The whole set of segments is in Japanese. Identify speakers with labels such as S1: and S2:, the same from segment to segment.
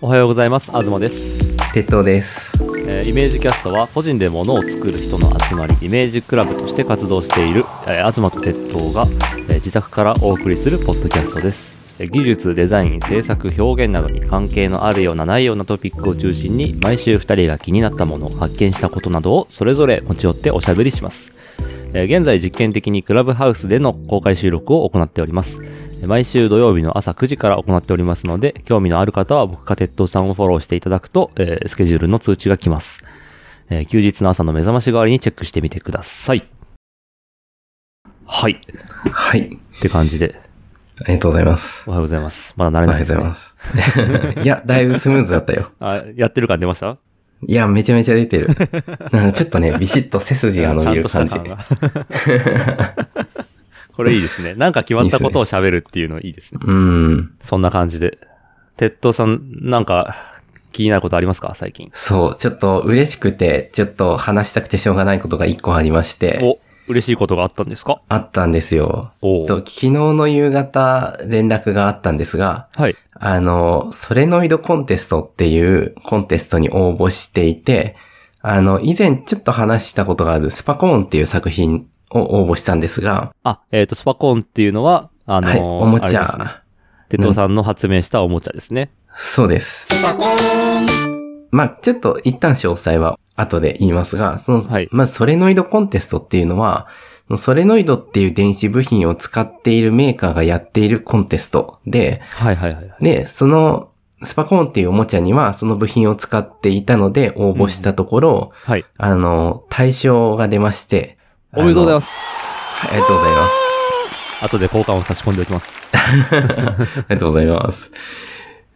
S1: おはようございます東です、
S2: 鉄塔です。
S1: えーイメージキャストは個人で物を作る人の集まりイメージクラブとして活動している、えー東と鉄塔が、えー自宅からお送りするポッドキャストですえー技術デザイン制作表現などに関係のあるようなないようなトピックを中心に毎週2人が気になったもの発見したことなどをそれぞれ持ち寄っておしゃべりしますえー現在実験的にクラブハウスでの公開収録を行っております。えー毎週土曜日の朝9時から行っておりますので、興味のある方は僕か鉄塔さんをフォローしていただくと、えースケジュールの通知が来ます。えー休日の朝の目覚まし代わりにチェックしてみてください。はい。っ
S2: はい。
S1: て感じで、
S2: ありがとうございます。
S1: おはようございます。まだ慣
S2: あ
S1: れ
S2: り
S1: ない
S2: がとう
S1: で
S2: ご
S1: す、
S2: ざ
S1: ね。
S2: います。いや、だいぶスムーズだったよ。
S1: あ、やってる感出ました
S2: いや、めちゃめちゃ出て る。なんかちょっとね、ビシッと背筋が伸びる感じ
S1: ちゃん。とした感が これいいですね。なんか決まったことを喋るっていうのいいですね。
S2: うん。
S1: そんな感じで。鉄塔さん、なんか、気になることありますか最近。
S2: そう、ちょっと嬉しくて、ちょっと話したくてしょうがないことが一個ありまして、
S1: お、嬉しいことがあったんですか
S2: あったんですよ。
S1: おう
S2: そう、昨日の夕方連絡があったんですが、
S1: はい。
S2: あの、ソレノイドコンテストっていうコンテストに応募していて、あの、以前ちょっと話したことがあるスパコーンっていう作品を応募したんですが、
S1: あ、えっ、と、スパコーンっていうのは、あのー
S2: はい、おもち
S1: あれですね
S2: ゃ。
S1: 鉄塔さんの発明したおもちゃですね。
S2: そうです。スパコーンまあ、ちょっと一旦詳細は後で言いますが、その、
S1: はい
S2: まあ、ソレノイドコンテストっていうのは、ソレノイドっていう電子部品を使っているメーカーがやっているコンテストで、
S1: はいはいはいはい。
S2: で、その、スパコーンっていうおもちゃには、その部品を使っていたので、応募したところ、
S1: はい。
S2: あの、対象が出まして。。
S1: おめでとうございますす。
S2: ありがとうござ います。
S1: 後で交換を差し込んでおきます。
S2: ありがとうございます。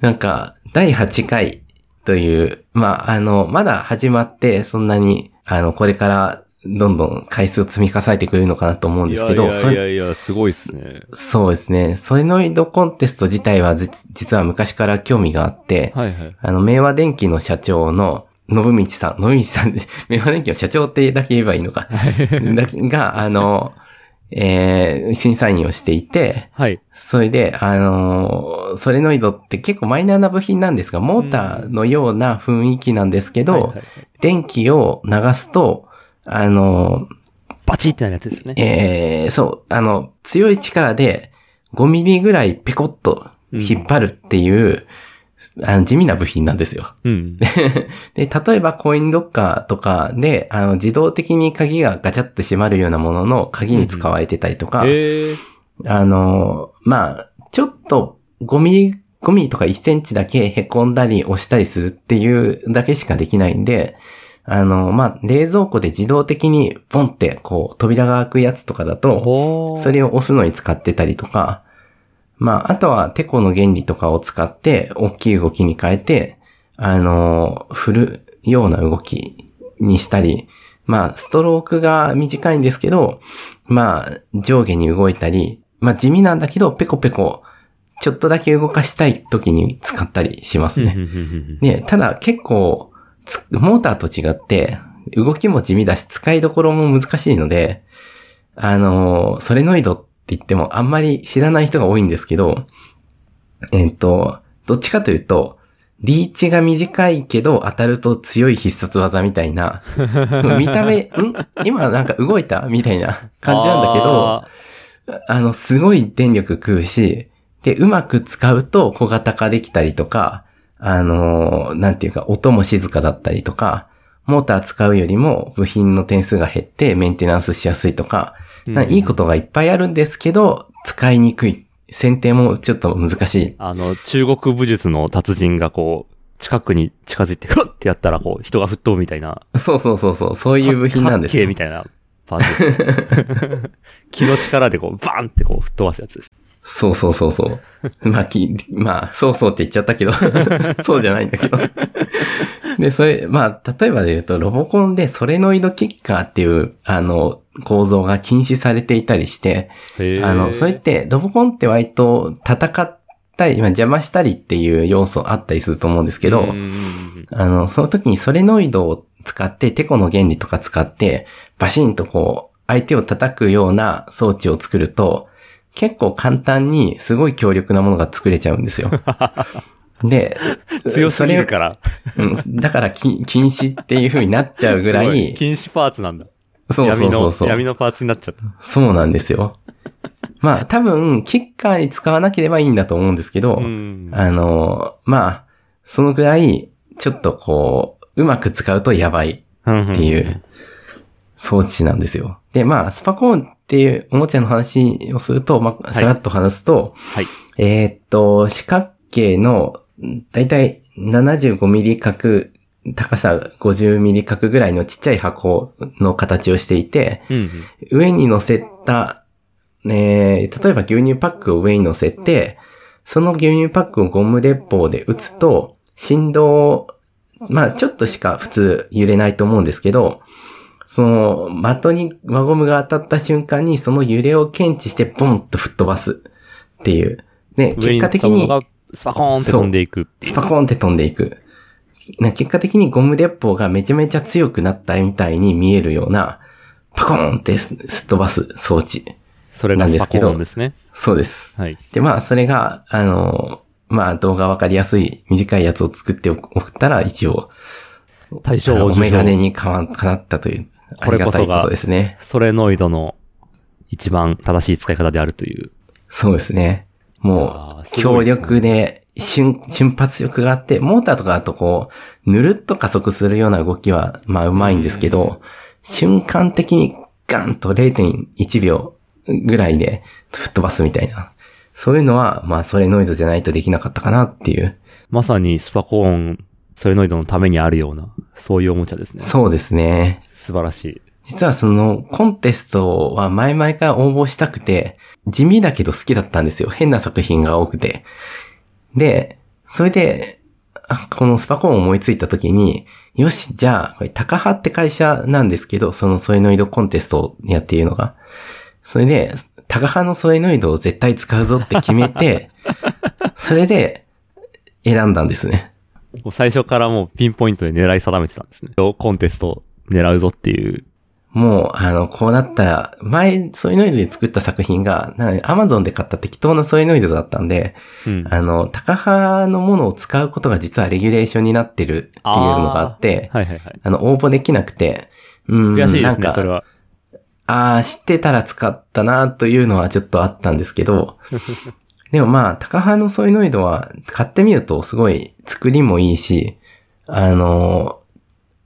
S2: なんか、第8回という、まあ、あの、まだ始まって、そんなに、あの、これから、どんどん回数を積み重ねてくれるのかなと思うんですけど、それ
S1: いや、すごいですね。
S2: そうですね。ソレノイドコンテスト自体はじ、実は昔から興味があって、
S1: はいはい。
S2: あの、明和電機の社長の、信道さん、信道さん、 明和電機の社長ってだけ言えばいいのか。だけが、あの、えー、審査員をしていて、
S1: はい。
S2: それで、あのソレノイドって結構マイナーな部品なんですが、モーターのような雰囲気なんですけど、
S1: はいはいはい
S2: 電気を流すと、あの
S1: バチってなるやつですね。
S2: えーそう、あの、強い力で5ミリぐらいペコッと引っ張るっていう、あの地味な部品なんですよ。
S1: うん。
S2: で、例えばコインロッカーとかで、あの、自動的に鍵がガチャって閉まるようなものの鍵に使われてたりとか、
S1: えー、
S2: あの、まあ、ちょっと5ミリ、5ミリとか1センチだけ凹んだり押したりするっていうだけしかできないんで、あの、まあ、冷蔵庫で自動的にポンってこう扉が開くやつとかだと、
S1: おー
S2: それを押すのに使ってたりとか、まあ、あとはテコの原理とかを使って、大きい動きに変えて、あの、振るような動きにしたり、まあ、ストロークが短いんですけど、まあ、上下に動いたり、まあ、地味なんだけど、ペコペコ、ちょっとだけ動かしたい時に使ったりします
S1: うんうん
S2: ね。
S1: うん
S2: ね、ただ結構、つモーターと違って、動きも地味だし、使いどころも難しいので、あのー、ソレノイドって言ってもあんまり知らない人が多いんですけど、えっ、と、どっちかというと、リーチが短いけど当たると強い必殺技みたいな、 見た目、ん今なんか動いたみたいな感じなんだけど、
S1: あ
S2: あの、すごい電力食うし、で、うまく使うと小型化できたりとか、あのーなんていうか、音も静かだったりとか、モーター使うよりも部品の点数が減ってメンテナンスしやすいとか、
S1: ー
S2: なんかいいことがいっぱいあるんですけど、使いにくい。選定もちょっと難しい。
S1: あの、中国武術の達人がこう、近くに近づいて、ふわってやったら、こう、人が沸騰みたいな。
S2: そうそうそうそう、そういう部品なんです
S1: 八
S2: よ
S1: 景み。たいなパー ツ。気の力でこう、バーンってこう、吹っ飛ばすやつです。
S2: そうそうそうそう。まあ、き、まあ、そうそうって言っちゃったけど、 そうじゃないんだけど。で、それ、まあ、例えばで言うと、ロボコンでソレノイドキッカーっていう、あの、構造が禁止されていたりして、あの、それって、ロボコンって割と戦ったり、まあ、邪魔したりっていう要素あったりすると思うんですけ
S1: け、
S2: ど、あの、その時にソレノイドを使って、テコの原理とか使って、バシンとこう、相手を叩くような装置を作ると、結構簡単にすごい強力なものが作れちゃうんですよ。で
S1: 強すぎるから。
S2: それうん、だからき禁止っていう風になっちゃうぐら
S1: すご
S2: い、
S1: 禁止パーツなんだ。
S2: そうそうそうそ
S1: 闇の、闇
S2: う。
S1: のパーツになっちゃった。
S2: そうなんですよ。まあ多分、キッカーに使わなければいいんだと思うんですけど、
S1: うん。
S2: あの、まあ、そのぐらい、ちょっとこう、うまく使うとやばい
S1: っ
S2: っていう。装置なんですよ。で、まあ、スパコーンっていうおもちゃの話をすると、ま
S1: い
S2: あ、さらっと話すと、
S1: はい
S2: えーっと、四角形の、だいたい75ミリ角、高さ50ミリ角ぐらいのちっちゃい箱の形をしていて、
S1: うんうん。
S2: 上に乗せた、えー例えば牛乳パックを上に乗せて、その牛乳パックをゴム鉄砲で打つと、振動を、まあちょっとしか普通揺れないと思うんですけど、その、的に輪ゴムが当たった瞬間にその揺れを検知してボンと吹っ飛ばすっていう。ね、
S1: 上に乗
S2: 結果
S1: った
S2: 的
S1: もの
S2: に
S1: がスパコーンって飛んでいくってい
S2: ス
S1: う。
S2: パコーンって飛んでいく。な結果的にゴム鉄砲がめちゃめちゃ強くなったみたいに見えるような、パコーンってすすっ飛ばす装置。
S1: それがスパコーンですね。
S2: そうです。
S1: はい。
S2: で、まあ、それが、あの、まあ、動画わかりやすい短いやつを作ってお送ったら、一応、
S1: 対象
S2: あの
S1: を
S2: おメ
S1: 受
S2: ガネ
S1: 賞。
S2: にかわかなったという、あ
S1: こ
S2: り
S1: れこ
S2: がた
S1: そ
S2: い
S1: が
S2: ことですね。
S1: ソレノイドの一番正しい使い方であるという。
S2: そうですね。も
S1: あー
S2: う、
S1: すご
S2: 強
S1: いですね
S2: 力で、瞬、瞬発力があって、モーターとかだとこう、ぬるっと加速するような動きは、まあ、うまいんですけど、瞬間的にガンと0.1秒ぐらいで吹っ飛ばすみたいな。そういうのは、まあ、それノイドじゃないとできなかったかなっていう
S1: まさにスパコーン、ソレノイドのためにあるような、そういうおもちゃですね。
S2: そうですね。
S1: 素晴らしい。
S2: 実はそのコンテストは前々から応募したくて、地味だけど好きだったんですよ。変な作品が多くて。で、それで、あこのスパコンを思いついた時に、よし、じゃあ、これ、タカハって会社なんですけど、そのソレノイドコンテストをやっているのが。それで、タカハのソレノイドを絶対使うぞって決めて、 それで、選んだんですね。
S1: もう最初からもうピンポイントで狙い定めてたんですね。コンテスト狙うぞっていう。
S2: もう、あの、こうなったら、前、ソイノイドで作った作品が、なんか、アマゾンで買った適当なソイノイドだったんで、
S1: うん。
S2: あの、タカ派のものを使うことが実はレギュレーションになってるっていうのがあって、あ
S1: はいはいはい。
S2: の、応募できなくて、うん、
S1: 悔しいで
S2: な
S1: す
S2: ん
S1: ね、それ
S2: か、
S1: は。
S2: ああ、知ってたら使ったなというのはちょっとあったんですけ ど、でもまあ、タカ派のソイノイドは、買ってみるとすごい作りもいいし、あの、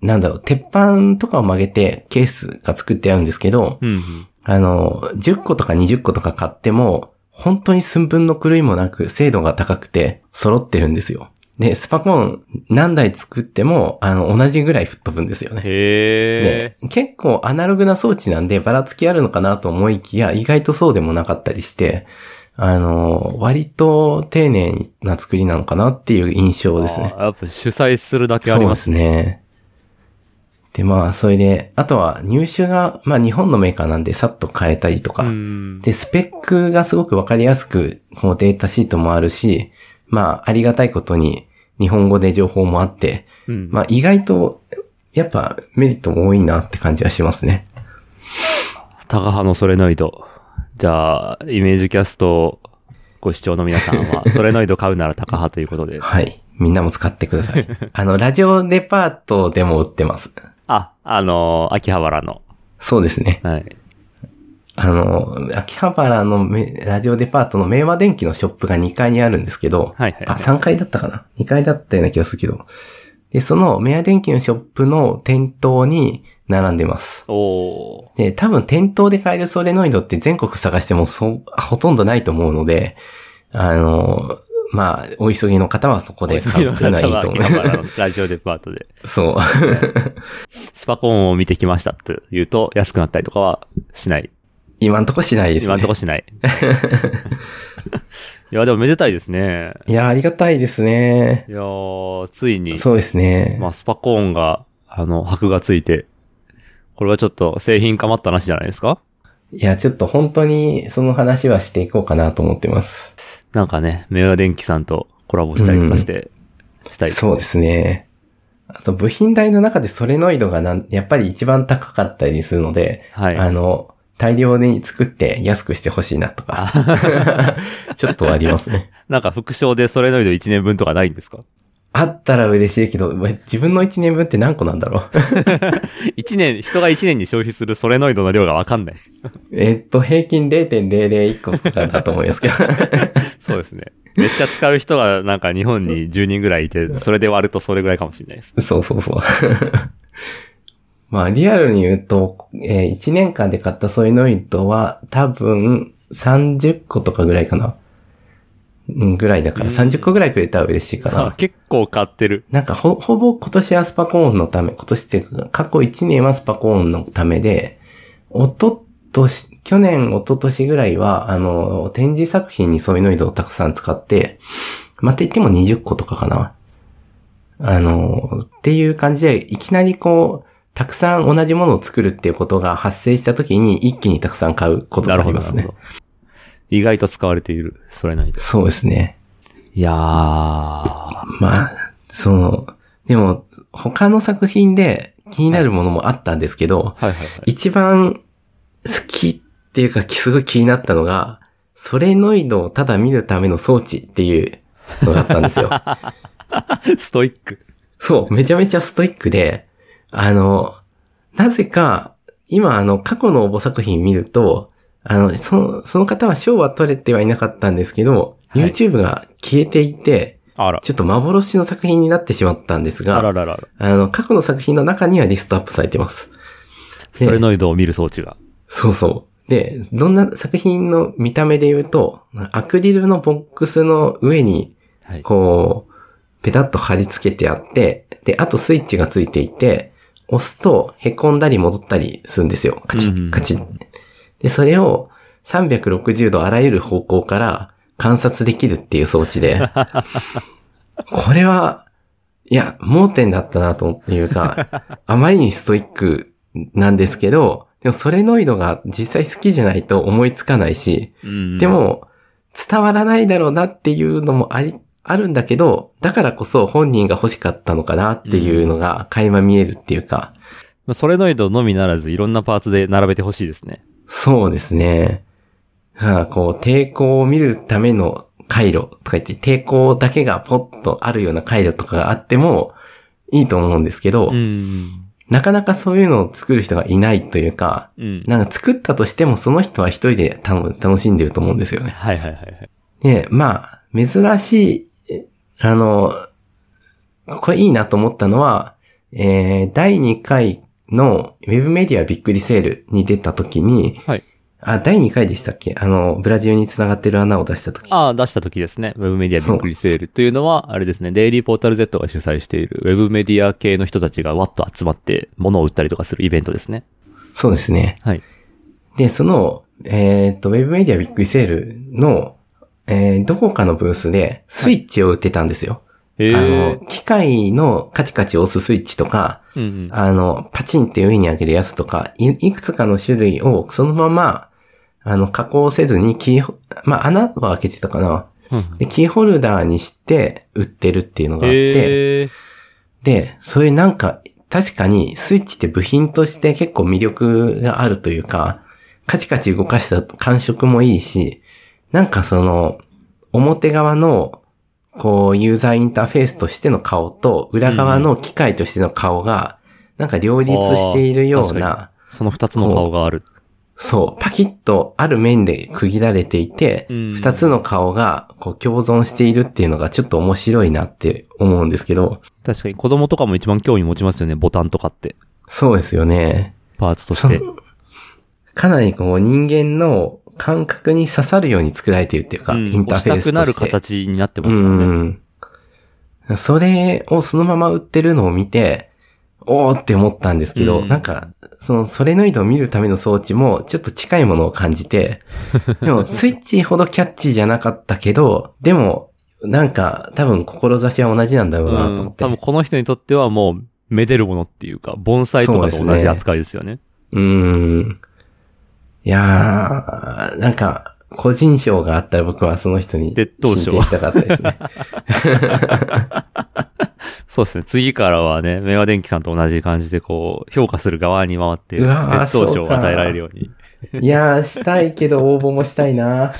S2: なんだろう、鉄板とかを曲げてケースが作ってあるんですけど、
S1: うんうん。
S2: あの、10個とか20個とか買っても、本当に寸分の狂いもなく精度が高くて揃ってるんですよ。で、スパコン何台作っても、あの、同じぐらい吹っ飛ぶんですよね。
S1: へ
S2: で結構アナログな装置なんでばらつきあるのかなと思いきや、意外とそうでもなかったりして、あの、割と丁寧な作りなのかなっていう印
S1: ー。
S2: 象ですね。
S1: あーやっぱ主催するだけあります。
S2: そうですね。で、まあ、それで、あとは入手が、まあ、日本のメーカーなんで、さっと変えたりとか。
S1: うん。
S2: で、スペックがすごくわかりやすく、こうデータシートもあるし、まあ、ありがたいことに、日本語で情報もあって、
S1: うん
S2: まあ、意外と、やっぱ、メリットも多いなって感じはしますね。
S1: 高派のソレノイド。じゃあ、イメージキャストご視聴の皆さんは、ソレノイド買うなら高派ということ で。
S2: はい。みんなも使ってくだ さい。あの、ラジオデパートでも売ってます。
S1: あ、あのー秋葉原の。
S2: そうですね。
S1: はい。
S2: あの、秋葉原のめラジオデパートの明和電機のショップが2階にあるんですけど、
S1: はいはい
S2: あ、3階だったかな ?2 階だったような気がするけど。で、その明和電機のショップの店頭に並んでます。
S1: おー。
S2: で、多分店頭で買えるソレノイドって全国探してもそう、ほとんどないと思うので、あの、まあ、お急ぎの方はそこで買うっていうのは いいと思
S1: 秋葉原の
S2: う。
S1: ラジオデパートで。
S2: そう。
S1: スパコーンを見てきましたって言うと、安くなったりとかはしない。
S2: 今んとこしないですね。
S1: 今んとこし ない。いや、でもめでたいですね。
S2: いや、ありがたいですね。
S1: いやー、ついに、
S2: そうですね。
S1: まあ、スパコーンが、あの、箔がついて、これはちょっと製品化まった話じゃないですか
S2: いや、ちょっと本当にその話はしていこうかなと思ってます。
S1: なんかね、メガ電機さんとコラボしたりとかして、したいです
S2: そうですね。あと部品代の中でソレノイドがなんやっぱり一番高かったりするので、
S1: はい。
S2: あの、大量に作って安くしてほしいなとか、 ちょっとはありますね。
S1: なんか副賞でソレノイド1年分とかないんですか
S2: あったら嬉しいけど、ま自分の1年分って何個なんだろう。
S1: 一年、人が1年に消費するソレノイドの量がわかんない。
S2: えっと、平均0.001個とかだと思います けど。
S1: そうですね。めっちゃ使う人がなんか日本に10人ぐらいいて、それで割るとそれぐらいかもしれないです。
S2: そうそうそう。まあ、リアルに言うと、え1年間で買ったソイノイドは多分30個とかぐらいかな。うん、ぐらいだから、
S1: うん
S2: 30個ぐらいくれたら嬉しいか
S1: あ
S2: な。
S1: 結構買ってる。
S2: なんかほ、ほぼ今年はスパコーンのため、今年っていうか、過去1年はスパコーンのためで、おととし、去年、おととしぐらいは、あの、展示作品にソイノイドをたくさん使って、まあ、って言っても20個とかかな。あの、っていう感じで、いきなりこう、たくさん同じものを作るっていうことが発生した時に、一気にたくさん買うこと
S1: な
S2: が
S1: るほ
S2: あり
S1: ど、
S2: ま
S1: な
S2: す
S1: る
S2: ね
S1: ほ。ど。意外と使われている、ソレノイド。
S2: そうですね。
S1: いやー。
S2: まあ、その、でも、他の作品で気になるものもあったんですけど、
S1: はいはいはい。
S2: 一番好きっていうか、すごい気になったのが、ソレノイドをただ見るための装置っていうのがあった んですよ。
S1: ストイック。
S2: そう、めちゃめちゃストイックで、あの、なぜか、今あの、過去の応募作品見ると、あの、その、その方は賞は取れてはいなかったんですけど、
S1: はい
S2: YouTube が消えていて、
S1: あら。
S2: ちょっと幻の作品になってしまったんです
S1: あらら
S2: が、
S1: らら。
S2: あの、過去の作品の中にはリストアップされてます。
S1: ソレノイドを見る装置が。
S2: そうそう。で、どんな作品の見た目で言うと、アクリルのボックスの上に、
S1: はい。
S2: こう、ペタッと貼り付けてあって、で、あとスイッチがついていて、押すと凹んだり戻ったりするんですよ。カチ
S1: うんうん
S2: ッ、カチッ。で、それを360度あらゆる方向から観察できるっていう装置 で、これは、いや、盲点だったなという か、あまりにストイックなんですけど、でもソレノイドが実際好きじゃないと思いつかないし、
S1: うん
S2: で、も、伝わらないだろうなっていうのもあり、あるんだけど、だからこそ本人が欲しかったのかなっていうのが垣間見えるっていうか、
S1: まあソレノイドのみならずいろんなパーツで並べてほしいですね。
S2: そうですね。はあ、こう、抵抗を見るための回路とか言って、抵抗だけがポッとあるような回路とかがあってもいいと思うんですけど、
S1: うん。
S2: なかなかそういうのを作る人がいないというか、
S1: うん。
S2: なんか作ったとしてもその人は一人で多分楽しんでると思うんですよね。
S1: はいはいはいはい。
S2: で、まあ、珍しい、えあの、これいいなと思ったのは、えー第2回のウェブメディアびっくりセールに出た時に、
S1: はい
S2: あ、第2回でしたっけあの、ブラジルに繋がってる穴を出した時。
S1: ああ、出した時ですね。ウェブメディアびっくりセールというのは、あれですね、デイリーポータル Z が主催している、ウェブメディア系の人たちがわっと集まって、物を売ったりとかするイベントですね。
S2: そうですね。
S1: はい。
S2: で、その、えーっと、ウェブメディアびっくりセールの、えーどこかのブースでスイッチを売ってたんですよ。
S1: ええ
S2: あの、機械のカチカチ押すスイッチとか、
S1: うんうん。
S2: あの、パチンって上に上げるやつとか、いいくつかの種類をそのまま、あの、加工せずにキーホ、まあ、穴は開けてたかな。
S1: うん
S2: で、キーホルダーにして売ってるっていうのがあって、
S1: ええ
S2: で、そういうなんか、確かにスイッチって部品として結構魅力があるというか、カチカチ動かした感触もいいし、なんかその、表側の、こう、ユーザーインターフェースとしての顔と、裏側の機械としての顔が、なんか両立しているよう
S1: あー
S2: な、
S1: その二つの顔がある。
S2: そう、パキッとある面で区切られていて、
S1: うん
S2: 二つの顔が、こう、共存しているっていうのがちょっと面白いなって思うんですけど、
S1: 確かに子供とかも一番興味持ちますよね、ボタンとかって。
S2: そうですよね。
S1: パーツとして。
S2: かなりこう人間の感覚に刺さるように作られているっていうか、
S1: うん
S2: インターフェースとして。
S1: 押したくなる形になってます
S2: う
S1: よね。
S2: んうん。それをそのまま売ってるのを見て、おーって思ったんですけど、
S1: うん
S2: なんか、そのソレノイドを見るための装置もちょっと近いものを感じ て、でもスイッチほどキャッチーじゃなかったけど、でも、なんか多分志は同じなんだろうなと
S1: う
S2: 思
S1: ん
S2: って。
S1: 多分この人にとってはもう、めでるものっていうか、盆栽とかと同じ扱いですよね。
S2: うーん。いやー、なんか、個人賞があったら僕はその人に
S1: でどうしよう
S2: 進呈したかっ たですね。
S1: そうですね。次からはね、明和電機さんと同じ感じで、こう、評価する側に回って、
S2: うわー
S1: 熱投賞
S2: そう
S1: を
S2: か
S1: 与えられるように。
S2: いやー、したいけど応募もしたいな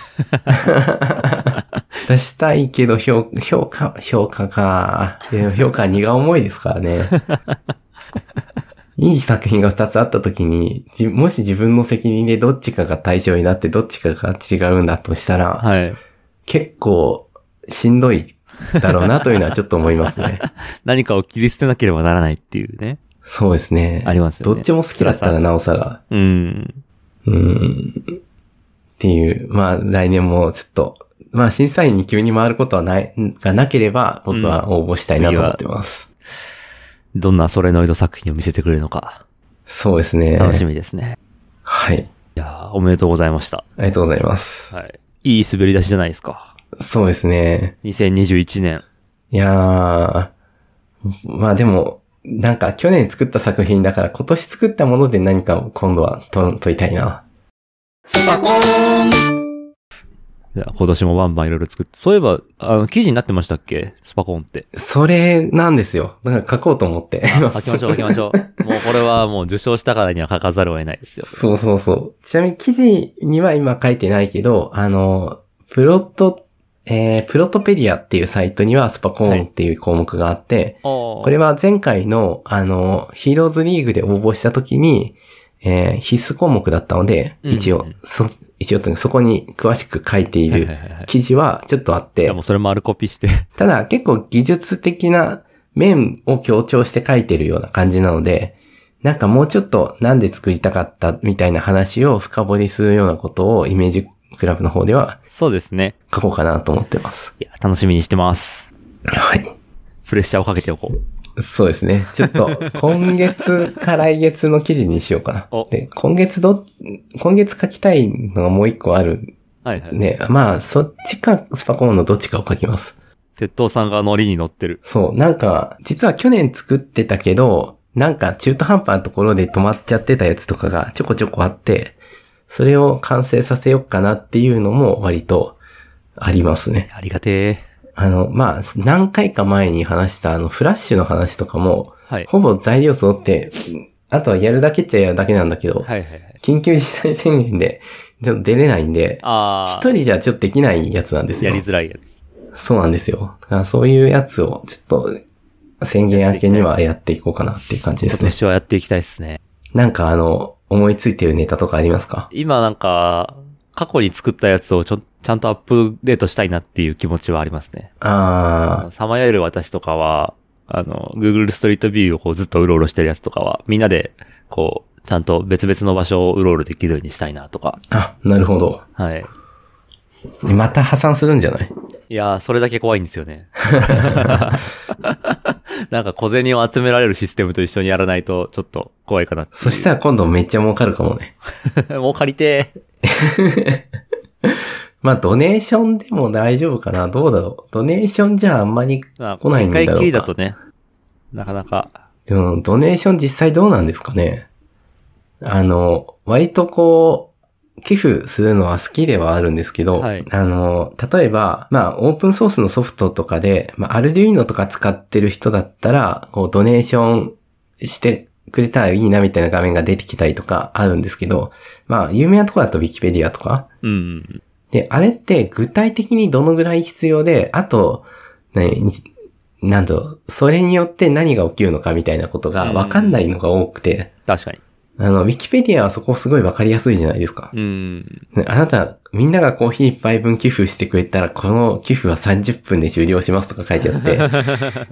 S2: 出したいけど評評価、評価か。いや評価は荷が重いですからね。 いい作品が2つあった時に、じもし自分の責任でどっちかが対象になってどっちかが違うんだとしたら、
S1: はい。
S2: 結構しんどいだろうなというのはちょっと思いま すね。
S1: 何かを切り捨てなければならないっていうね。
S2: そうですね。
S1: ありますよね
S2: どっちも好きだったらなおさら。
S1: うん。
S2: うん。っていう、まあ来年もちょっと、まあ審査員に急に回ることはない、がなければ僕は応募したいなと思ってます。
S1: どんなソレノイド作品を見せてくれるのか、
S2: そうですね。
S1: 楽しみですね。
S2: はい。
S1: いやーおめでとうございました。
S2: ありがとうございます。
S1: はい。いい滑り出しじゃないですか。
S2: そうですね。
S1: 2021年。
S2: いやー、まあでも、なんか去年作った作品だから今年作ったもので何かを今度はと問いたいな。
S1: じゃあ今年もバンバンいろいろ作って。そういえば、あの、記事になってましたっけスパコンって。
S2: それなんですよ。だから書こうと思って。
S1: 書きましょう、書きましょう。もうこれはもう受賞したからには書かざるを得ないですよ。
S2: そうそうそう。ちなみに記事には今書いてないけど、あの、プロト、えー、プロトペディアっていうサイトにはスパコーンっていう項目があって、
S1: こ
S2: これは前回の、あの、ヒーローズリーグで応募した時に、えー必須項目だったので、
S1: うん
S2: 一応、そ、一応というかそこに詳しく書いてい
S1: はいはい
S2: る
S1: はいはい。
S2: 記事はちょっとあっ
S1: じ
S2: て
S1: ゃあも、うそれ丸コピーして。
S2: ただ結構技術的な面を強調して書いてるような感じなので、なんかもうちょっとなんで作りたかったみたいな話を深掘りするようなことをイメージクラブの方では
S1: そうですね。
S2: 書こうかなと思ってます。
S1: いや、楽しみにしてます。
S2: はい。
S1: プレッシャーをかけておこう。
S2: そうですね。ちょっと今月か来月の記事にしようかな
S1: お。
S2: で、今月ど、今月書きたいのがもう一個ある
S1: はいはい。
S2: ね。まあ、そっちかスパコーンのどっちかを書きます。
S1: 鉄塔さんがノリに乗ってる。
S2: そう、なんか、実は去年作ってたけど、なんか中途半端なところで止まっちゃってたやつとかがちょこちょこあって、それを完成させようかなっていうのも割とありますね。
S1: ありがてえ。
S2: あの、まあ、何回か前に話したあの、フラッシュの話とかも、
S1: はい。
S2: ほぼ材料揃って、あとはやるだけっちゃやるだけなんだけど、
S1: はいはいはい。
S2: 緊急事態宣言でちょっと出れないんで、
S1: あ
S2: 一人じゃちょっとできないやつなんです
S1: ー、
S2: よ。
S1: やりづらいやつ。
S2: そうなんですよ。だからそういうやつを、ちょっと、宣言明けにはやっていこうかなっていう感じで
S1: 今
S2: すね。
S1: 年はやっていきたいですね。
S2: なんかあの、思いついてるネタとかありますか
S1: 今なんか、過去に作ったやつをちょ、ちゃんとアップデートしたいなっていう気持ちはありますね。
S2: あ
S1: さまよえる私とかは、あの、Google ストリートビューをこうずっとうろうろしてるやつとかは、みんなで、こう、ちゃんと別々の場所をうろうろできるようにしたいなとか。
S2: ー、あ、なるほど。
S1: はい。
S2: また破産するんじゃない
S1: いやー、それだけ怖いんですよ ね。なんか小銭を集められるシステムと一緒にやらないと、ちょっと怖いかな。
S2: そしたら今度めっちゃ儲かるかもね。
S1: もう借りてー。
S2: まあ、ドネーションでも大丈夫かなどうだろうドネーションじゃあんまり、
S1: まあ
S2: 来ないんだろうか
S1: 一回きりだとね、なかなか、
S2: でもドネーション実際どうなんですかねあの、割とこう、寄付するのは好きではあるんですけど、
S1: はい
S2: あの、例えば、まあ、オープンソースのソフトとかで、まあ、アルデュイノとか使ってる人だったら、こう、ドネーションしてくれたらいいなみたいな画面が出てきたりとかあるんですけど、まあ、有名なとこだと Wikipedia とか、
S1: うんうん。
S2: で、あれって具体的にどのぐらい必要で、あと、何、なんだろう、それによって何が起きるのかみたいなことが分かんないのが多くて、
S1: 確かに。
S2: あの、ウィキペディアはそこすごい分かりやすいじゃないですか。
S1: うん。
S2: ねあなた、みんながコーヒー1杯分寄付してくれたら、この寄付は30分で終了しますとか書いてあって、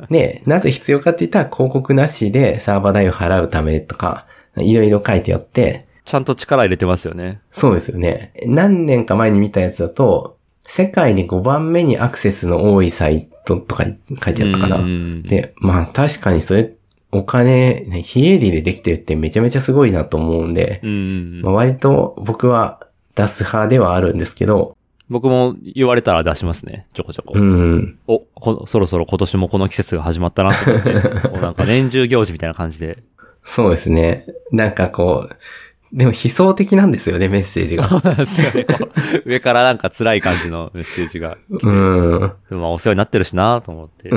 S2: で、なぜ必要かって言ったら広告なしでサーバー代を払うためとか、いろいろ書いてあって、
S1: ちゃんと力入れてますよね。
S2: そうですよね。何年か前に見たやつだと、世界で5番目にアクセスの多いサイトとか書いてあったか
S1: うんう
S2: な。
S1: ん
S2: で、まあ確かにそれ、お金、ね非営利でできてるってめちゃめちゃすごいなと思うんで、
S1: うんうん
S2: まあ、割と僕は出す派ではあるんですけど、
S1: 僕も言われたら出しますね、ちょこちょこ。
S2: うん、
S1: おこ、そろそろ今年もこの季節が始まったな と思って、こうなんか年中行事みたいな感じで。
S2: そうですね。なんかこう、でも悲壮的なんですよね、メッセージ が。
S1: そうなんですよね。こう上からなんか辛い感じのメッセージが。
S2: うん。
S1: まあお世話になってるしなと思って。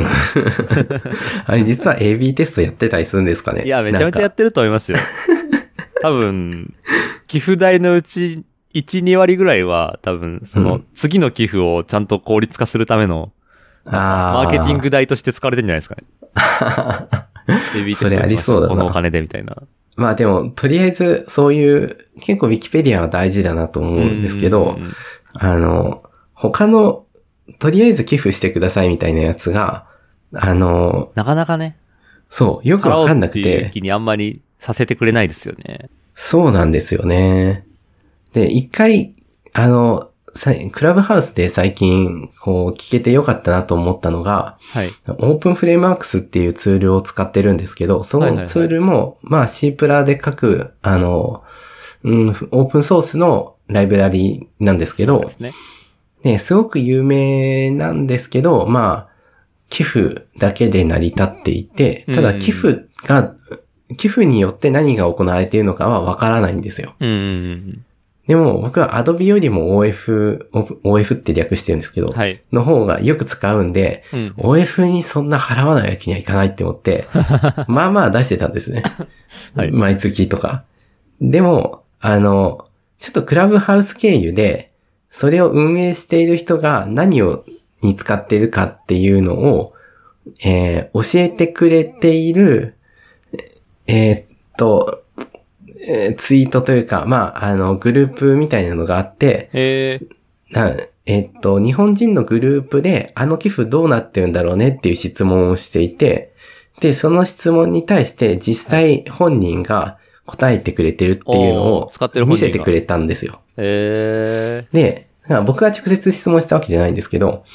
S2: あれ実は AB テストやってたりするんですかね
S1: いや、めちゃめちゃや
S2: なん
S1: っ
S2: か
S1: てると思い ますよ。多分、寄付代のうち1、2割ぐらいは多分、そうの
S2: ん
S1: 次の寄付をちゃんと効率化するための
S2: あ
S1: マ
S2: ー
S1: ーケティング代として使われてるんじゃないです かね。AB
S2: それありそうだな
S1: このお金でみたいな。
S2: まあでも、とりあえず、そういう、結構 Wikipedia は大事だなと思うんですけど
S1: うん、うん
S2: あの、他の、とりあえず寄付してくださいみたいなやつが、あの、
S1: なかなかね、
S2: そう、よくわかんな
S1: 払おうって
S2: く
S1: いう
S2: て、
S1: 気にあんまりさせてくれないですよね。
S2: そうなんですよね。で、一回、あの、さクラブハウスで最近、こう、聞けてよかったなと思ったのが、
S1: はい。
S2: オープンフレームワークスっていうツールを使ってるんですけど、そ
S1: はいはいは
S2: の
S1: い
S2: ツールも、まあ C プラで書く、あの、うん、オープンソースのライブラリなんですけ
S1: そう
S2: ど
S1: で、すね。
S2: ね、すごく有名なんですけど、まあ、寄付だけで成り立っていて、た
S1: う
S2: だ
S1: ん
S2: 寄付が、寄付によって何が行われているのかはわからないんですよ。
S1: うんうん
S2: でも僕は Adobe よりも OF、OF って略してるんですけ
S1: う
S2: ど、
S1: ん。はい。
S2: の方がよく使うんで、
S1: うん
S2: OF にそんな払わないわけにはいかないって 思って、まあまあ出してたんですね。
S1: はい
S2: 毎月とか。でも、あの、ちょっとクラブハウス経由で、それを運営している人が何を、に使っているかっていうのを、えー教えてくれている、えーっと、えーツイートというか、まあ、あの、グループみたいなのがあって、
S1: えー、
S2: なえっと、日本人のグループで、あの寄付どうなってるんだろうねっていう質問をしていて、で、その質問に対して実際本人が答えてくれてるっていうの
S1: おー使ってる
S2: を
S1: 本
S2: 見
S1: 人が
S2: せてくれたんですよ。
S1: え
S2: で、まあ僕が直接質問したわけじゃないんですけど、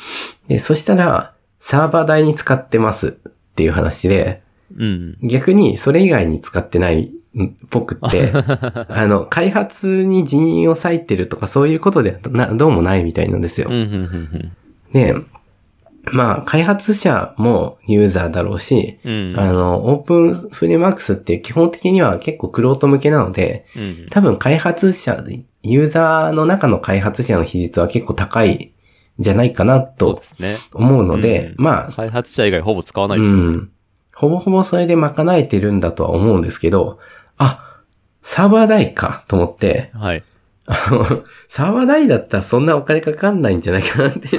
S2: で、そしたら、サーバー代に使ってますっていう話で、
S1: ー、うん。
S2: 逆にそれ以外に使ってないっぽく って、あの、開発に人員を割いてるとかそういうことではなどうもないみたいなんですよ
S1: うん、う。ん、うん
S2: で、まあ、開発者もユーザーだろうし、
S1: うん、うん。
S2: あの、オープンフレームワークスって基本的には結構クロート向けなので、
S1: うん、
S2: 多分開発者、ユーザーの中の開発者の比率は結構高いんじゃないかな
S1: そうで
S2: と
S1: すね。
S2: 思うので、
S1: うん
S2: まあ、
S1: 開発者以外ほぼ使わないで
S2: う
S1: すよね。
S2: ん。ほぼほぼそれで賄えてるんだとは思うんですけど、あ、サーバー代かと思って、
S1: はい。
S2: あの、サーバー代だったらそんなお金かかんないんじゃないかなって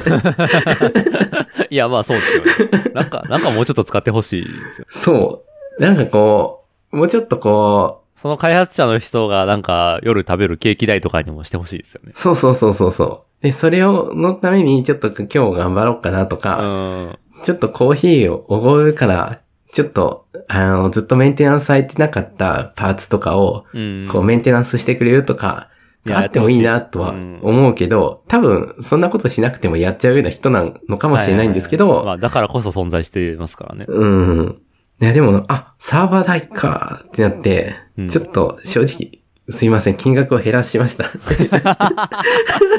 S1: いや、まあそうですよね。なん か、なんかもうちょっと使ってほしいですよ。
S2: そう。なんかこう、もうちょっとこ
S1: その開発者の人がなんか夜食べるケーキ代とかにもしてほしいですよね。
S2: う、そうそうそうそうそう。で、それを、のために、ちょっと今日頑張ろうかなと
S1: う
S2: か、
S1: ん。
S2: ちょっとコーヒーをおごるから、ちょっと、あの、ずっとメンテナンスされてなかったパーツとかを、
S1: うん。
S2: こう、メンテナンスしてくれるとか、
S1: いや
S2: あってもいいなとは
S1: うん
S2: 思うけど、多分、そんなことしなくてもやっちゃうような人なのかもしれないんですけ
S1: はははま
S2: ど、
S1: あだからこそ存在していますからね。
S2: うん。いや、でも、あ、サーバー代かってなって、
S1: うん
S2: ちょっと正直、すいません、金額を減らしました。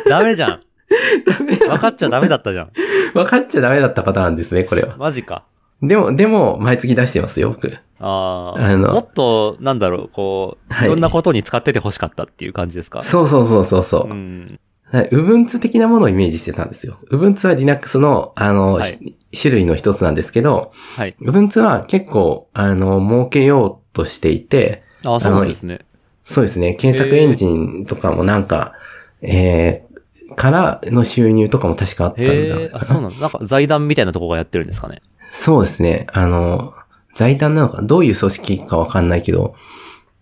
S1: ダメじゃん。
S2: ダメ
S1: 分かっちゃダメだったじゃん。
S2: 分かっちゃダメだったパターンですね、これは。
S1: マジか。
S2: でも、でも、毎月出してますよ、僕。
S1: あ
S2: あ
S1: あ。
S2: の
S1: もっと、なんだろう、こう、
S2: はい
S1: いろんなことに使っててほしかったっていう感じですか。
S2: そうそうそうそうそうう。
S1: ん。
S2: はい、Ubuntu 的なものをイメージしてたんですよ。Ubuntu は Linux の、あの、
S1: はい
S2: ひ種類の一つなんですけど、
S1: はい。
S2: Ubuntu は結構、あの、儲けようとしていて、
S1: ああ、そうなんですね。
S2: そうですね、検索エンジンとかもなんか、えー、からの収入とかも確かあったんだ
S1: へえ、あ、そうなんだ。なんか財団みたいなとこがやってるんですかね。
S2: そうですね。あの、財団なのか、どういう組織かわかんないけど。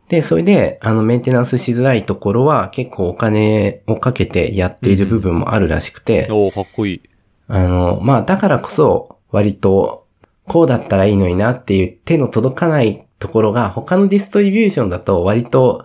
S2: で、それで、あの、メンテナンスしづらいところは結構お金をかけてやっている部分もあるらしくて、
S1: おおかっこいい。
S2: あの、まあ、だからこそ、割と、こうだったらいいのになっていう手の届かないところが、他のディストリビューションだと割と、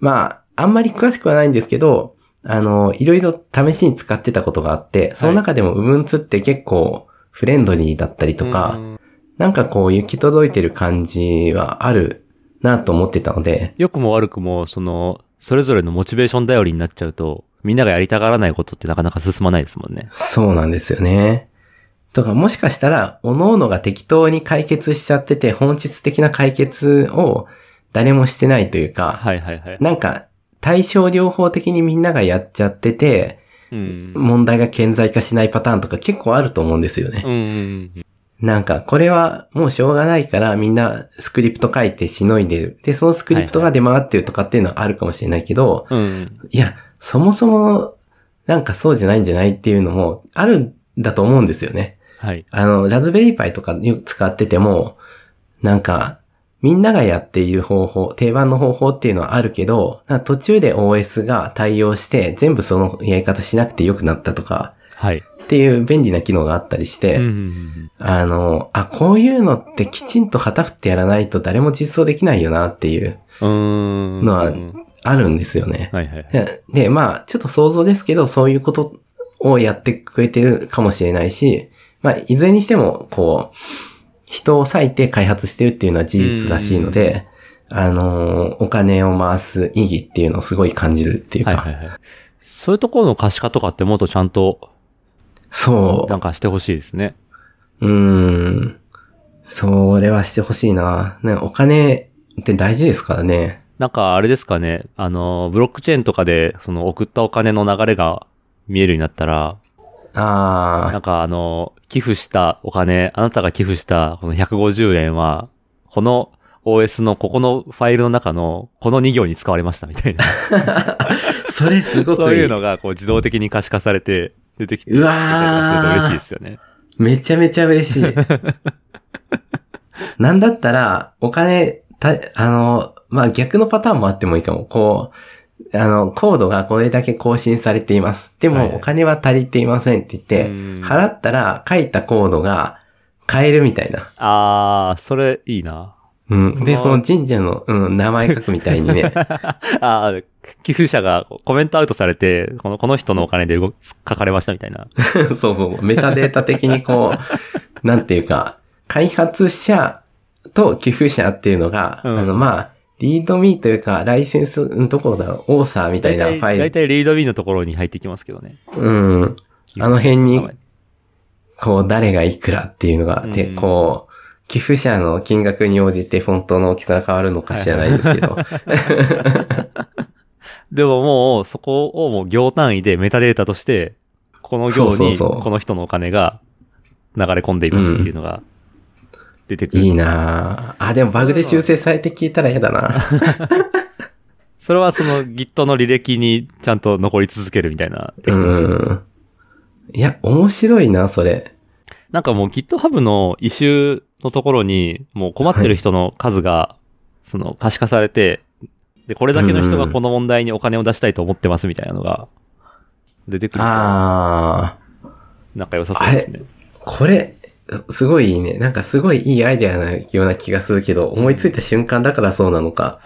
S2: まあ、あんまり詳しくはないんですけど、あの、いろいろ試しに使ってたことがあって、その中でも Ubuntu って結構フレンドリーだったりとか、
S1: うん
S2: なんかこう行き届いてる感じはあるなと思ってたので、
S1: 良くも悪くも、その、それぞれのモチベーション頼りになっちゃうと、みんながやりたがらないことってなかなか進まないですもんね。
S2: そうなんですよね。とかもしかしたら、各々が適当に解決しちゃってて、本質的な解決を誰もしてないというか、
S1: はいはいはい。
S2: なんか、対症療法的にみんながやっちゃってて、
S1: うん。
S2: 問題が顕在化しないパターンとか結構あると思うんですよね
S1: う。んうんうん。
S2: なんか、これはもうしょうがないからみんなスクリプト書いてしのいでる。で、そのスクリプトが出回ってるとかっていうのはあるかもしれないけど、
S1: うん。
S2: いや、そもそもなんかそうじゃないんじゃないっていうのもあるんだと思うんですよね。
S1: はい。
S2: あの、ラズベリーパイとかに使ってても、なんか、みんながやっている方法、定番の方法っていうのはあるけど、なんか途中で OS が対応して、全部そのやり方しなくて良くなったとか、
S1: はい。
S2: っていう便利な機能があったりして、
S1: うんうんうん。
S2: あの、あ、こういうのってきちんと旗振ってやらないと誰も実装できないよなっていう、
S1: うーん。
S2: のは
S1: うん
S2: あるんですよね。
S1: はいはい。
S2: で、でまあ、ちょっと想像ですけど、そういうことをやってくれてるかもしれないし、まあ、いずれにしても、こう、人を割いて開発してるっていうのは事実らしいので、あのーお金を回す意義っていうのをすごい感じるっていうか、
S1: はいはいはい。そういうところの可視化とかってもっとちゃんと
S2: そ
S1: なんかしてほしいですね。
S2: う、うーん、それはしてほしいな。ね、お金って大事ですからね。
S1: なんかあれですかね、あの、ブロックチェーンとかで、その送ったお金の流れが見えるようになったら、な
S2: あ
S1: んかあの、寄付したお金、あなたが寄付したこの150円は、この OS のここのファイルの中のこの2行に使われましたみたいな。
S2: あ、 それすごくいい。
S1: そういうのがこう自動的に可視化されて出てきて
S2: う
S1: 出たりとかすると
S2: わー
S1: 嬉しいですよね。
S2: めちゃめちゃ嬉しい。 なんだったら、お金、た、あの、まあ、逆のパターンもあってもいいかも。こう、あの、コードがこれだけ更新されています。で
S1: はいはい
S2: も、お金は足りていませんって言って、
S1: うん
S2: 払ったら書いたコードが買えるみたいな。
S1: あー、それいいな。
S2: うん。で、
S1: そ
S2: そ
S1: の
S2: の神社の、うん、名前書くみたいにね。
S1: あー、寄付者がコメントアウトされて、このこの人のお金で動き書かれましたみたいな。
S2: そうそう。メタデータ的にこ う、なんていうか、開発者と寄付者っていうのが、
S1: うん
S2: あの、まあ、リードミーというか、ライセンスのところだろう、オーサーみたいなファ
S1: 大
S2: イル。
S1: 体リードビーのところに入ってきますけどね。
S2: うん。あの辺に
S1: はい
S2: こう、誰がいくらっていうのが、で、
S1: うん
S2: こう、寄付者の金額に応じてフォントの大きさが変わるのか知らないです けど。
S1: でももう、そこをもう行単位でメタデータとして、この行
S2: そう
S1: に
S2: そうそう
S1: この人のお金が流れ込んでいますっていうのが出てくる。
S2: いいなぁ。あ、でもバグで修正されて聞いたら嫌だな。
S1: それはその Git の履歴にちゃんと残り続けるみたいなテク
S2: う
S1: ノロジーです。
S2: ん。いや、面白いな、それ。
S1: なんかもう GitHub の異臭のところに、もう困ってる人の数が、その可視化されて、で、これだけの人がこの問題にお金を出したいと思ってますみたいなのが出てくると、
S2: あー。
S1: なんか良さそうですね。
S2: これ、すごいいいね。なんかすごいいいアイデアなような気がするけど、思いついた瞬間だからそうなの か。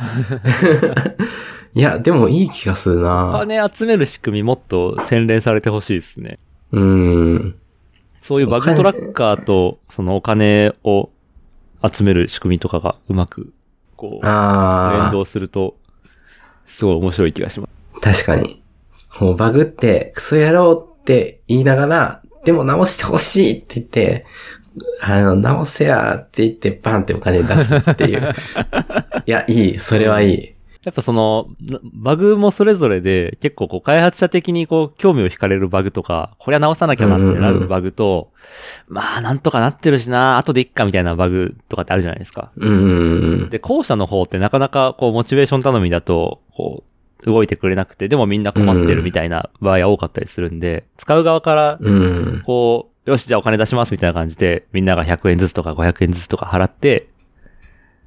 S2: いや、でもいい気がする
S1: お
S2: な
S1: 金集める仕組みもっと洗練されてほしいですね。
S2: うーん。
S1: そういうバグトラッカーと、そのお金を集める仕組みとかがうまく、こう、連
S2: あ
S1: 動すると、すごい面白い気がします。
S2: あ、確かに。こうバグって、クソ野郎って言いながら、でも直してほしいって言って、あの、直せやって言って、バンってお金出すっ ていう。いや、いい。それはいい。
S1: やっぱその、なバグもそれぞれで、結構こう開発者的にこう興味を惹かれるバグとか、これは直さなきゃなってなるバグと、まあなんとかなってるしな、後でいっかみたいなバグとかってあるじゃないですか。
S2: うーん。
S1: で、後者の方ってなかなかこうモチベーション頼みだと、こう、動いてくれなくて、でもみんな困ってるみたいな場合は多かったりするんで、使う側から、
S2: うん。
S1: こう、よし、じゃあお金出しますみたいな感じで、みんなが100円ずつとか500円ずつとか払って、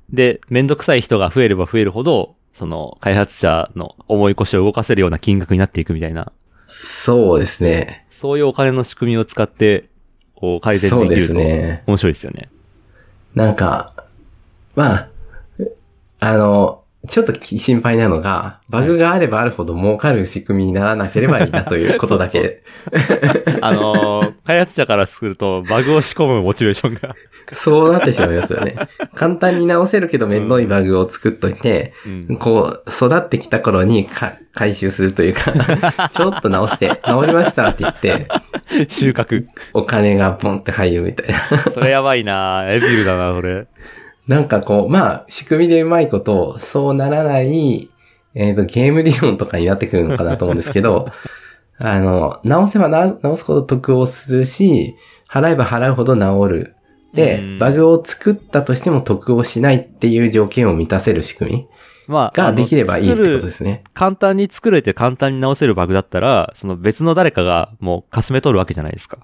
S1: で、めんどくさい人が増えれば増えるほど、その、開発者の重い腰を動かせるような金額になっていくみたいな、
S2: そうですね。
S1: そういうお金の仕組みを使って、こう、改善
S2: そう
S1: で
S2: で
S1: きる
S2: す
S1: と、
S2: ね。
S1: 面白いですよね。
S2: なんか、まあ、あの、ちょっとき心配なのが、バグがあればあるほど儲かる仕組みにならなければいいなということだけ。
S1: あのー開発者からすると、バグを仕込むモチベーションが。
S2: そうなってしまいますよね。簡単に直せるけど面倒いバグを作っといて、
S1: うん
S2: こう、育ってきた頃にか回収するというか、ちょっと直して、直りましたって言って、
S1: 収穫。
S2: お金がポンって入るみたいな。
S1: それやばいなエビルだな、それ。
S2: なんかこう、まあ、仕組みでうまいこと、そうならない、えっ、と、ゲーム理論とかになってくるのかなと思うんですけど、 あの、直せばな直すほど得をするし、払えば払うほど治る。
S1: う
S2: で
S1: ん、
S2: バグを作ったとしても得をしないっていう条件を満たせる仕組み
S1: まあ、あ
S2: が
S1: の
S2: できればいいって
S1: 作
S2: こ
S1: る
S2: とですね。
S1: 簡単に作れて簡単に直せるバグだったら、その別の誰かがもうかすめ取るわけじゃないですか。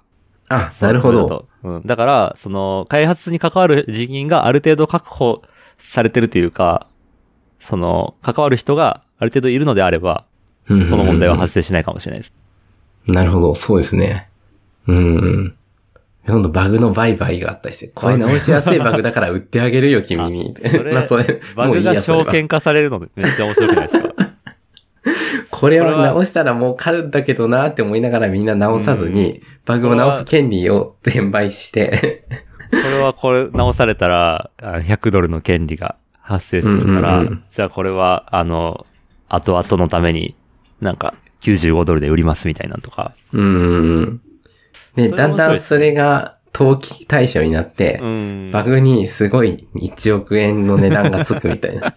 S2: あ、なるほ
S1: そういう
S2: ど。
S1: こと。うん。だから、その、開発に関わる人員がある程度確保されてるというか、その、関わる人がある程度いるのであれば、
S2: うん
S1: その問題は発生しないかもしれないです。
S2: なるほど、そうですね。うん。ほんとバグの売買があったりして、これ直しやすいバグだから売ってあげるよ、君に。
S1: あそれ
S2: まあ、それ、
S1: バ
S2: もう
S1: グ
S2: いい
S1: が
S2: や、それ
S1: 証
S2: は。
S1: 券化されるのでめっちゃ面白くないですか
S2: これ
S1: これ
S2: は
S1: は
S2: 直したらもうかるんだけどなって思いながらみんな直さず
S1: う
S2: に、バグを直す権利を転売して、
S1: これはこれ直されたら、あ100ドルの権利が発生するから、
S2: うんうんうん
S1: じゃあこれは、あの、後々のために、なんか、95ドルで売りますみたいなのとか。
S2: うん。
S1: それ面白いで
S2: で、
S1: すね
S2: だんだんそれが投機対象になって、
S1: うん。
S2: バグにすごい1億円の値段がつくみたい な。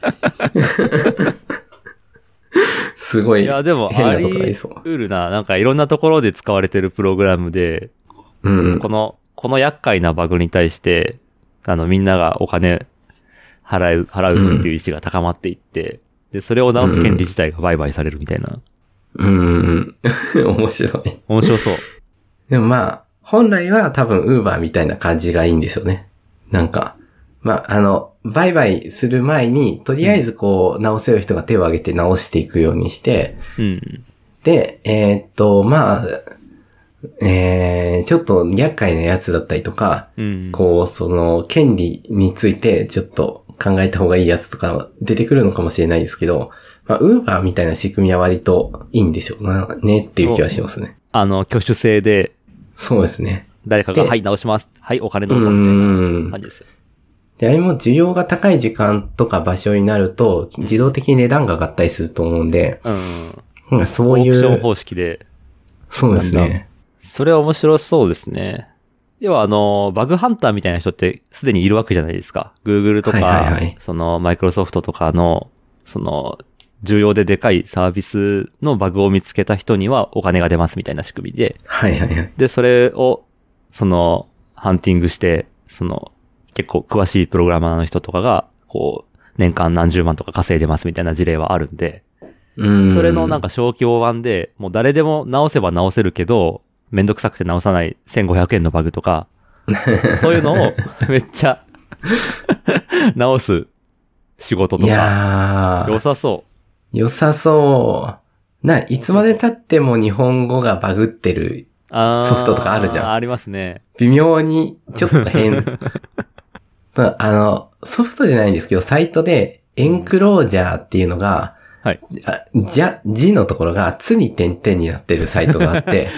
S2: すごい
S1: いや、でも、
S2: 変
S1: あ
S2: な
S1: り
S2: ことがいそう。
S1: うるな。なんかいろんなところで使われてるプログラムで、
S2: うんうん
S1: こ。の、この厄介なバグに対して、あの、みんながお金払う、払うっていう意識が高まっていって、で、それを直す権利自体が売買されるみたいな。
S2: うんうん。面白い。
S1: 面白そう。
S2: でもまあ、本来は多分 Uber みたいな感じがいいんですよね。なんか、まあ、あの、売買する前に、とりあえずこう、直せる人が手を挙げて直していくようにして、
S1: うん。
S2: で、えーっと、まあ、えー、ちょっと厄介なやつだったりとか、
S1: うん。
S2: こう、その、権利についてちょっと考えた方がいいやつとか出てくるのかもしれないですけど、まあ、ウーバーみたいな仕組みは割といいんでしょうな、ねっていう気はしますね。
S1: あの、挙手制で、
S2: そうですね。
S1: 誰かが、
S2: で
S1: はい、直します。はい、お金
S2: う
S1: どうぞ、みたいなん感。じですよ。
S2: で、あれも需要が高い時間とか場所になると、自動的に値段が上がったりすると思うんで、
S1: うん。
S2: うんそ
S1: オ
S2: うい
S1: ークション
S2: う、
S1: 方式で。
S2: そうですね。
S1: それは面白そうですね。要はあの、バグハンターみたいな人ってすでにいるわけじゃないですか。Google とか、
S2: はいはいはい
S1: その、マイクロソフトとかの、その、重要ででかいサービスのバグを見つけた人にはお金が出ますみたいな仕組みで、
S2: はいはいはい。
S1: で、それを、その、ハンティングして、その、結構詳しいプログラマーの人とかが、こう、年間何十万とか稼いでますみたいな事例はあるんで、
S2: うん。
S1: それのなんか小規模版で、もう誰でも直せば直せるけど、めんどくさくて直さない1500円のバグと か、そういうのを めっちゃ 直す仕事と
S2: い
S1: か、
S2: やー
S1: 良さそ
S2: 良さそう。な、いつまで経っても日本語がバグってる。
S1: う。あー
S2: ソフトとかあるじゃん
S1: ありますね。
S2: 微妙に、ちょっと 変。たあの、ソフトじゃないんですけど、サイトで、エンクロージャーっていうのが、
S1: はい
S2: あじゃ、字のところが、つに点々になってるサイトが あって、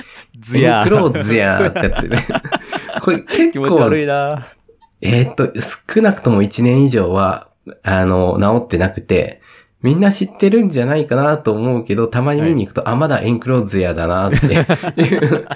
S1: ず
S2: エン
S1: や
S2: クローズやーってやってね。これ
S1: 気
S2: 結
S1: 持ち悪い
S2: 構、
S1: な
S2: えーっと、少なくとも1年以上は、あの、治ってなくて、みんな知ってるんじゃないかなと思うけど、たまに見に行くと、あ、まだエンクローズやだなっていう。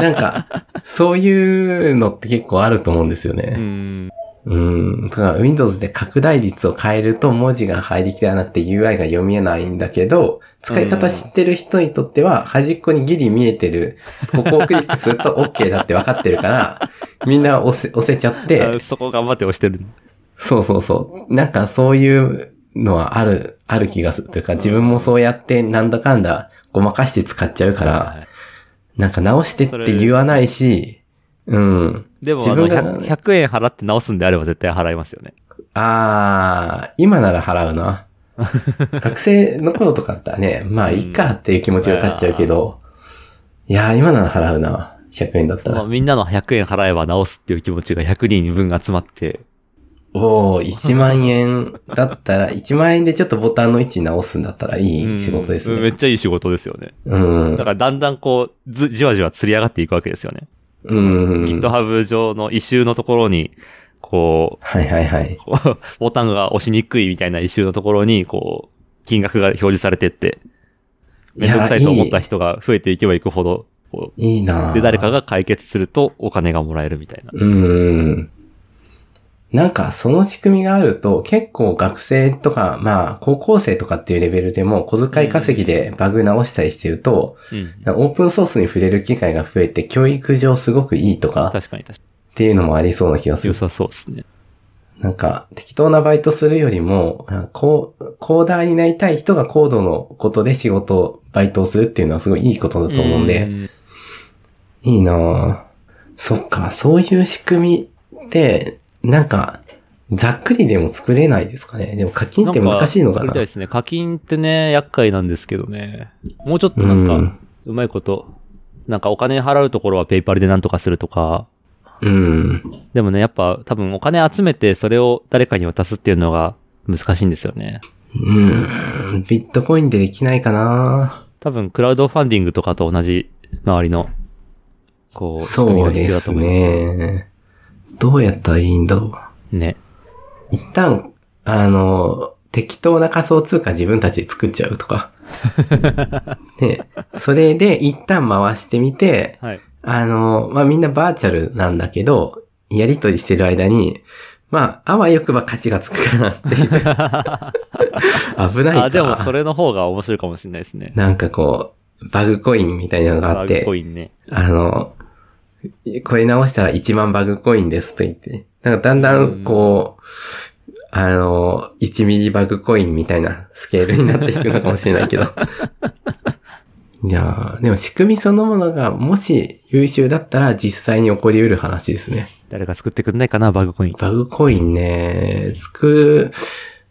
S2: なんか、そういうのって結構あると思うんですよね。
S1: うん。
S2: うん。だから Windows で拡大率を変えると文字が入りきらなくて UI が読めないんだけど、使い方知ってる人にとっては端っこにギリ見えてる、ここをクリックすると OK だって分かってるから、みんな押せ、押せちゃっ
S1: あ
S2: て、
S1: そこ頑張って押してる。
S2: そうそうそう。なんかそういうのはある、ある気がする。というか自分もそうやってなんだかんだごまかして使っちゃうから、
S1: はい
S2: なんか直してって言わないし、うん。
S1: でも、あ
S2: 自
S1: の
S2: 分が
S1: 100、100円払って直すんであれば絶対払いますよね。
S2: あー、今なら払うな。 学生の頃とかだったらね、まあいいかっていう気持ちが勝っちゃうけど、いやー、今なら払うな。100円だった
S1: まあ
S2: ら。
S1: みんなの100円払えば直すっていう気持ちが100人分集まって、
S2: おー、1万円だったら、1万円でちょっとボタンの位置直すんだったらいい仕事です
S1: うんめ
S2: ね
S1: っ。ちゃいい仕事ですよね。
S2: うん。
S1: だからだんだんこう、ず、じわじわ釣り上がっていくわけですよね。
S2: うん。
S1: GitHub 上の異臭のところに、こ
S2: はいはいはい。
S1: う、ボタンが押しにくいみたいな異臭のところに、こう、金額が表示されてって、めんどくさいと思った人が増えていけばいくほど、こ
S2: いいなー
S1: うで、誰かが解決するとお金がもらえるみたいな。
S2: うん。なんかその仕組みがあると結構学生とか、まあ高校生とかっていうレベルでも小遣い稼ぎでバグ直したりしてると、
S1: うん。
S2: オープンソースに触れる機会が増えて教育上すごくいいとかっ
S1: 確かに確か
S2: ていうのもありそうな気がす
S1: に。良
S2: る。
S1: さそうですね。
S2: なんか適当なバイトするよりも、あこうコーダーになりたい人がコードのことで仕事、バイトをするっていうのはすごいいいことだと思うんで、
S1: ん
S2: いいなぁ。そっか、そういう仕組みって、なんか、ざっくりでも作れないですかね。でも課金って難しいのか
S1: 作り
S2: な。
S1: たいですね。課金ってね、厄介なんですけどね。もうちょっとなん
S2: う
S1: か
S2: ん、
S1: うまいこと、なんかお金払うところはペイパルでなんとかするとか、
S2: うん。
S1: でもね、やっぱ多分お金集めてそれを誰かに渡すっていうのが難しいんですよね。
S2: うん。ビットコインでできないかな
S1: 多分クラウドファンディングとかと同じ周りの、こう、仕組み
S2: そう
S1: が必
S2: で
S1: 要だと
S2: す
S1: 思いますね。
S2: ね。どうやったらいいんだろ
S1: ね。
S2: う。一旦、あの、適当な仮想通貨自分たちで作っちゃう とか。ね、それで一旦回してみて、
S1: はい。
S2: あの、まあ、みんなバーチャルなんだけど、やりとりしてる間に、まあ、あわよくば勝ちがつくかなっていう。 危ないか。
S1: あ、でもそれの方が面白いかもしれないですね。
S2: なんかこう、バグコインみたいなのがあ
S1: バ
S2: っ
S1: グ
S2: て
S1: コ、インね。
S2: あの、これ直したら1万バグコインですと言って、なんかだんだんこう、あの、1ミリバグコインみたいなスケールになっていくのかもしれないけど。 いやーでも仕組みそのものがもし優秀だったら実際に起こり得る話ですね。
S1: 誰か作ってくんないかな、バグコイン。
S2: バグコインね、つく、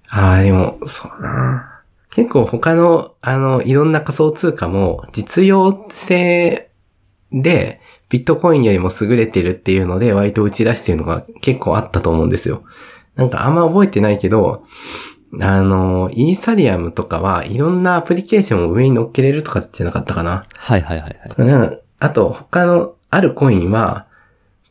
S2: ああ、でも、そうな。結構他の、あの、いろんな仮想通貨も実用性でビットコインよりも優れてるっていうので割と打ち出してるのが結構あったと思うんですよ。なんかあんま覚えてないけど、あの、イーサリアムとかはいろんなアプリケーションを上に乗っけれるとかじゃなかったかな。
S1: はいはいはいはい。
S2: うんあと、他のあるコインは、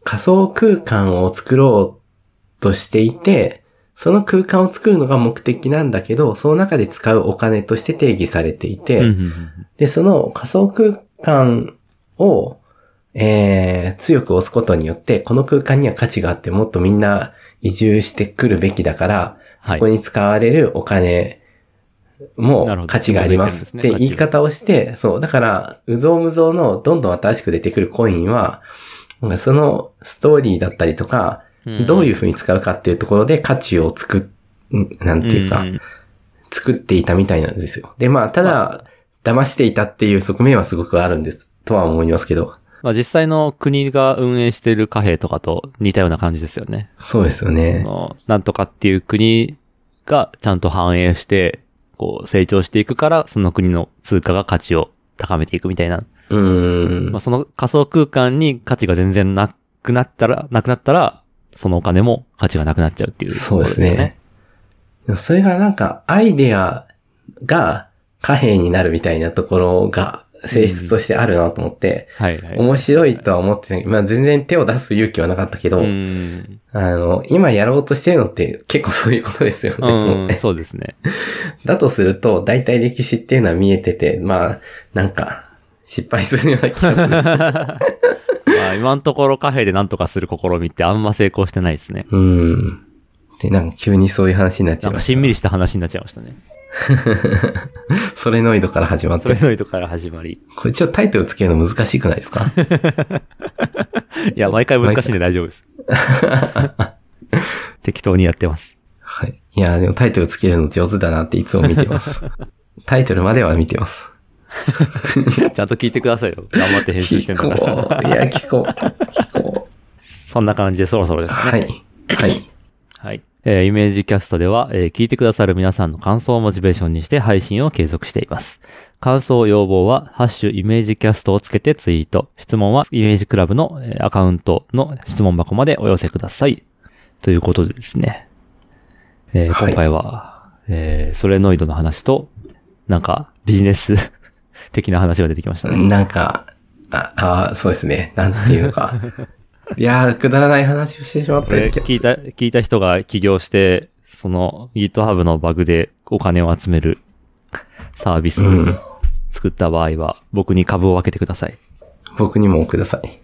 S2: 仮想空間を作ろうとしていて、その空間を作るのが目的なんだけど、その中で使うお金として定義されていて、
S1: うんうんうん
S2: で、その仮想空間を、えー、強く押すことによって、この空間には価値があって、もっとみんな移住してくるべきだから、
S1: は
S2: そ
S1: い
S2: こに使われるお金
S1: なるほ
S2: も
S1: ど
S2: 価値がありますって言い方をして、そう、だから、うぞうむぞうのどんどん新しく出てくるコインは、なんかそのストーリーだったりとか、どういう風に使うかっていうところで価値を作っ、んなんていうか、
S1: んん
S2: 作っていたみたいなんですよ。で、まあ、ただ、騙していたっていう側面はすごくあるんです、とは思いますけど。
S1: まあ実際の国が運営している貨幣とかと似たような感じですよね。
S2: そうですよ
S1: あ
S2: ね。
S1: のなんとかっていう国がちゃんと反映して、こう成長していくから、その国の通貨が価値を高めていくみたいな。
S2: うーん
S1: まあ、。その仮想空間に価値が全然なくなったら、なくなったら、そのお金も価値がなくなっちゃうっていう、
S2: そうですね。それがなんか、アイデアが貨幣になるみたいなところが性質としてあるなと思って、
S1: はいはい。
S2: 面白いとは思ってない。まあ、全然手を出す勇気はなかったけど、
S1: うん。
S2: あの、今やろうとしてるのって結構そういうことですよね。と思っ
S1: う
S2: て
S1: ん、そうですね。
S2: だとすると、大体歴史っていうのは見えてて、まあ、なんか、失敗するような気が する。
S1: まあ、今のところ貨幣でなんとかする試みってあんま成功してないですね。
S2: うん。で、なんか急にそういう話になっちゃ
S1: ないん
S2: ま
S1: か
S2: し
S1: しんみりした話になっちゃいましたね。
S2: た。ソレノイドから始まっ
S1: それ
S2: て。
S1: ぞれとから始ま り。
S2: これちょっとタイトルつけるの難しくないですか
S1: いや、毎回難しいんで大丈夫です。 適当にやってます。
S2: はい。いや、でもタイトルつけるの上手だなっていつも見 てます。タイトルまでは見てます。
S1: ちゃんと聞いてくださいよ。頑張って編集して
S2: 聞
S1: んだから。
S2: こう。いや、聞こう。聞こ
S1: そんな感じでそろそろで
S2: う。
S1: す。
S2: はい。はい。
S1: はい。えーイメージキャストでは、えー聞いてくださる皆さんの感想をモチベーションにして配信を継続しています。感想、要望は、ハッシュイメージキャストをつけてツイート。質問は、イメージクラブのえーアカウントの質問箱までお寄せください。ということでですね。えー
S2: はい
S1: 今回は、えーソレノイドの話と、なんか、ビジネス 的な話が出てきましたね。
S2: なんか、あ、あそうですね。なんていうのか。いやー、くだらない話をしてしまった
S1: え
S2: り
S1: ー聞いた、聞いた人が起業して、その GitHub のバグでお金を集めるサービス
S2: う
S1: を
S2: ん。
S1: 作った場合は、僕に株を分けてください。
S2: 僕にもください。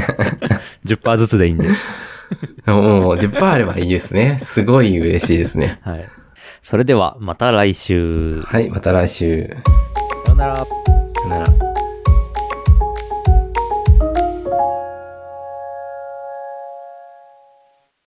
S1: 10%ずつでいいんで。
S2: もう10%あればいいですね。すごい嬉しいですね。
S1: はい。それでは、また来週。
S2: はい、また来週。
S1: さよなら。
S2: さよなら。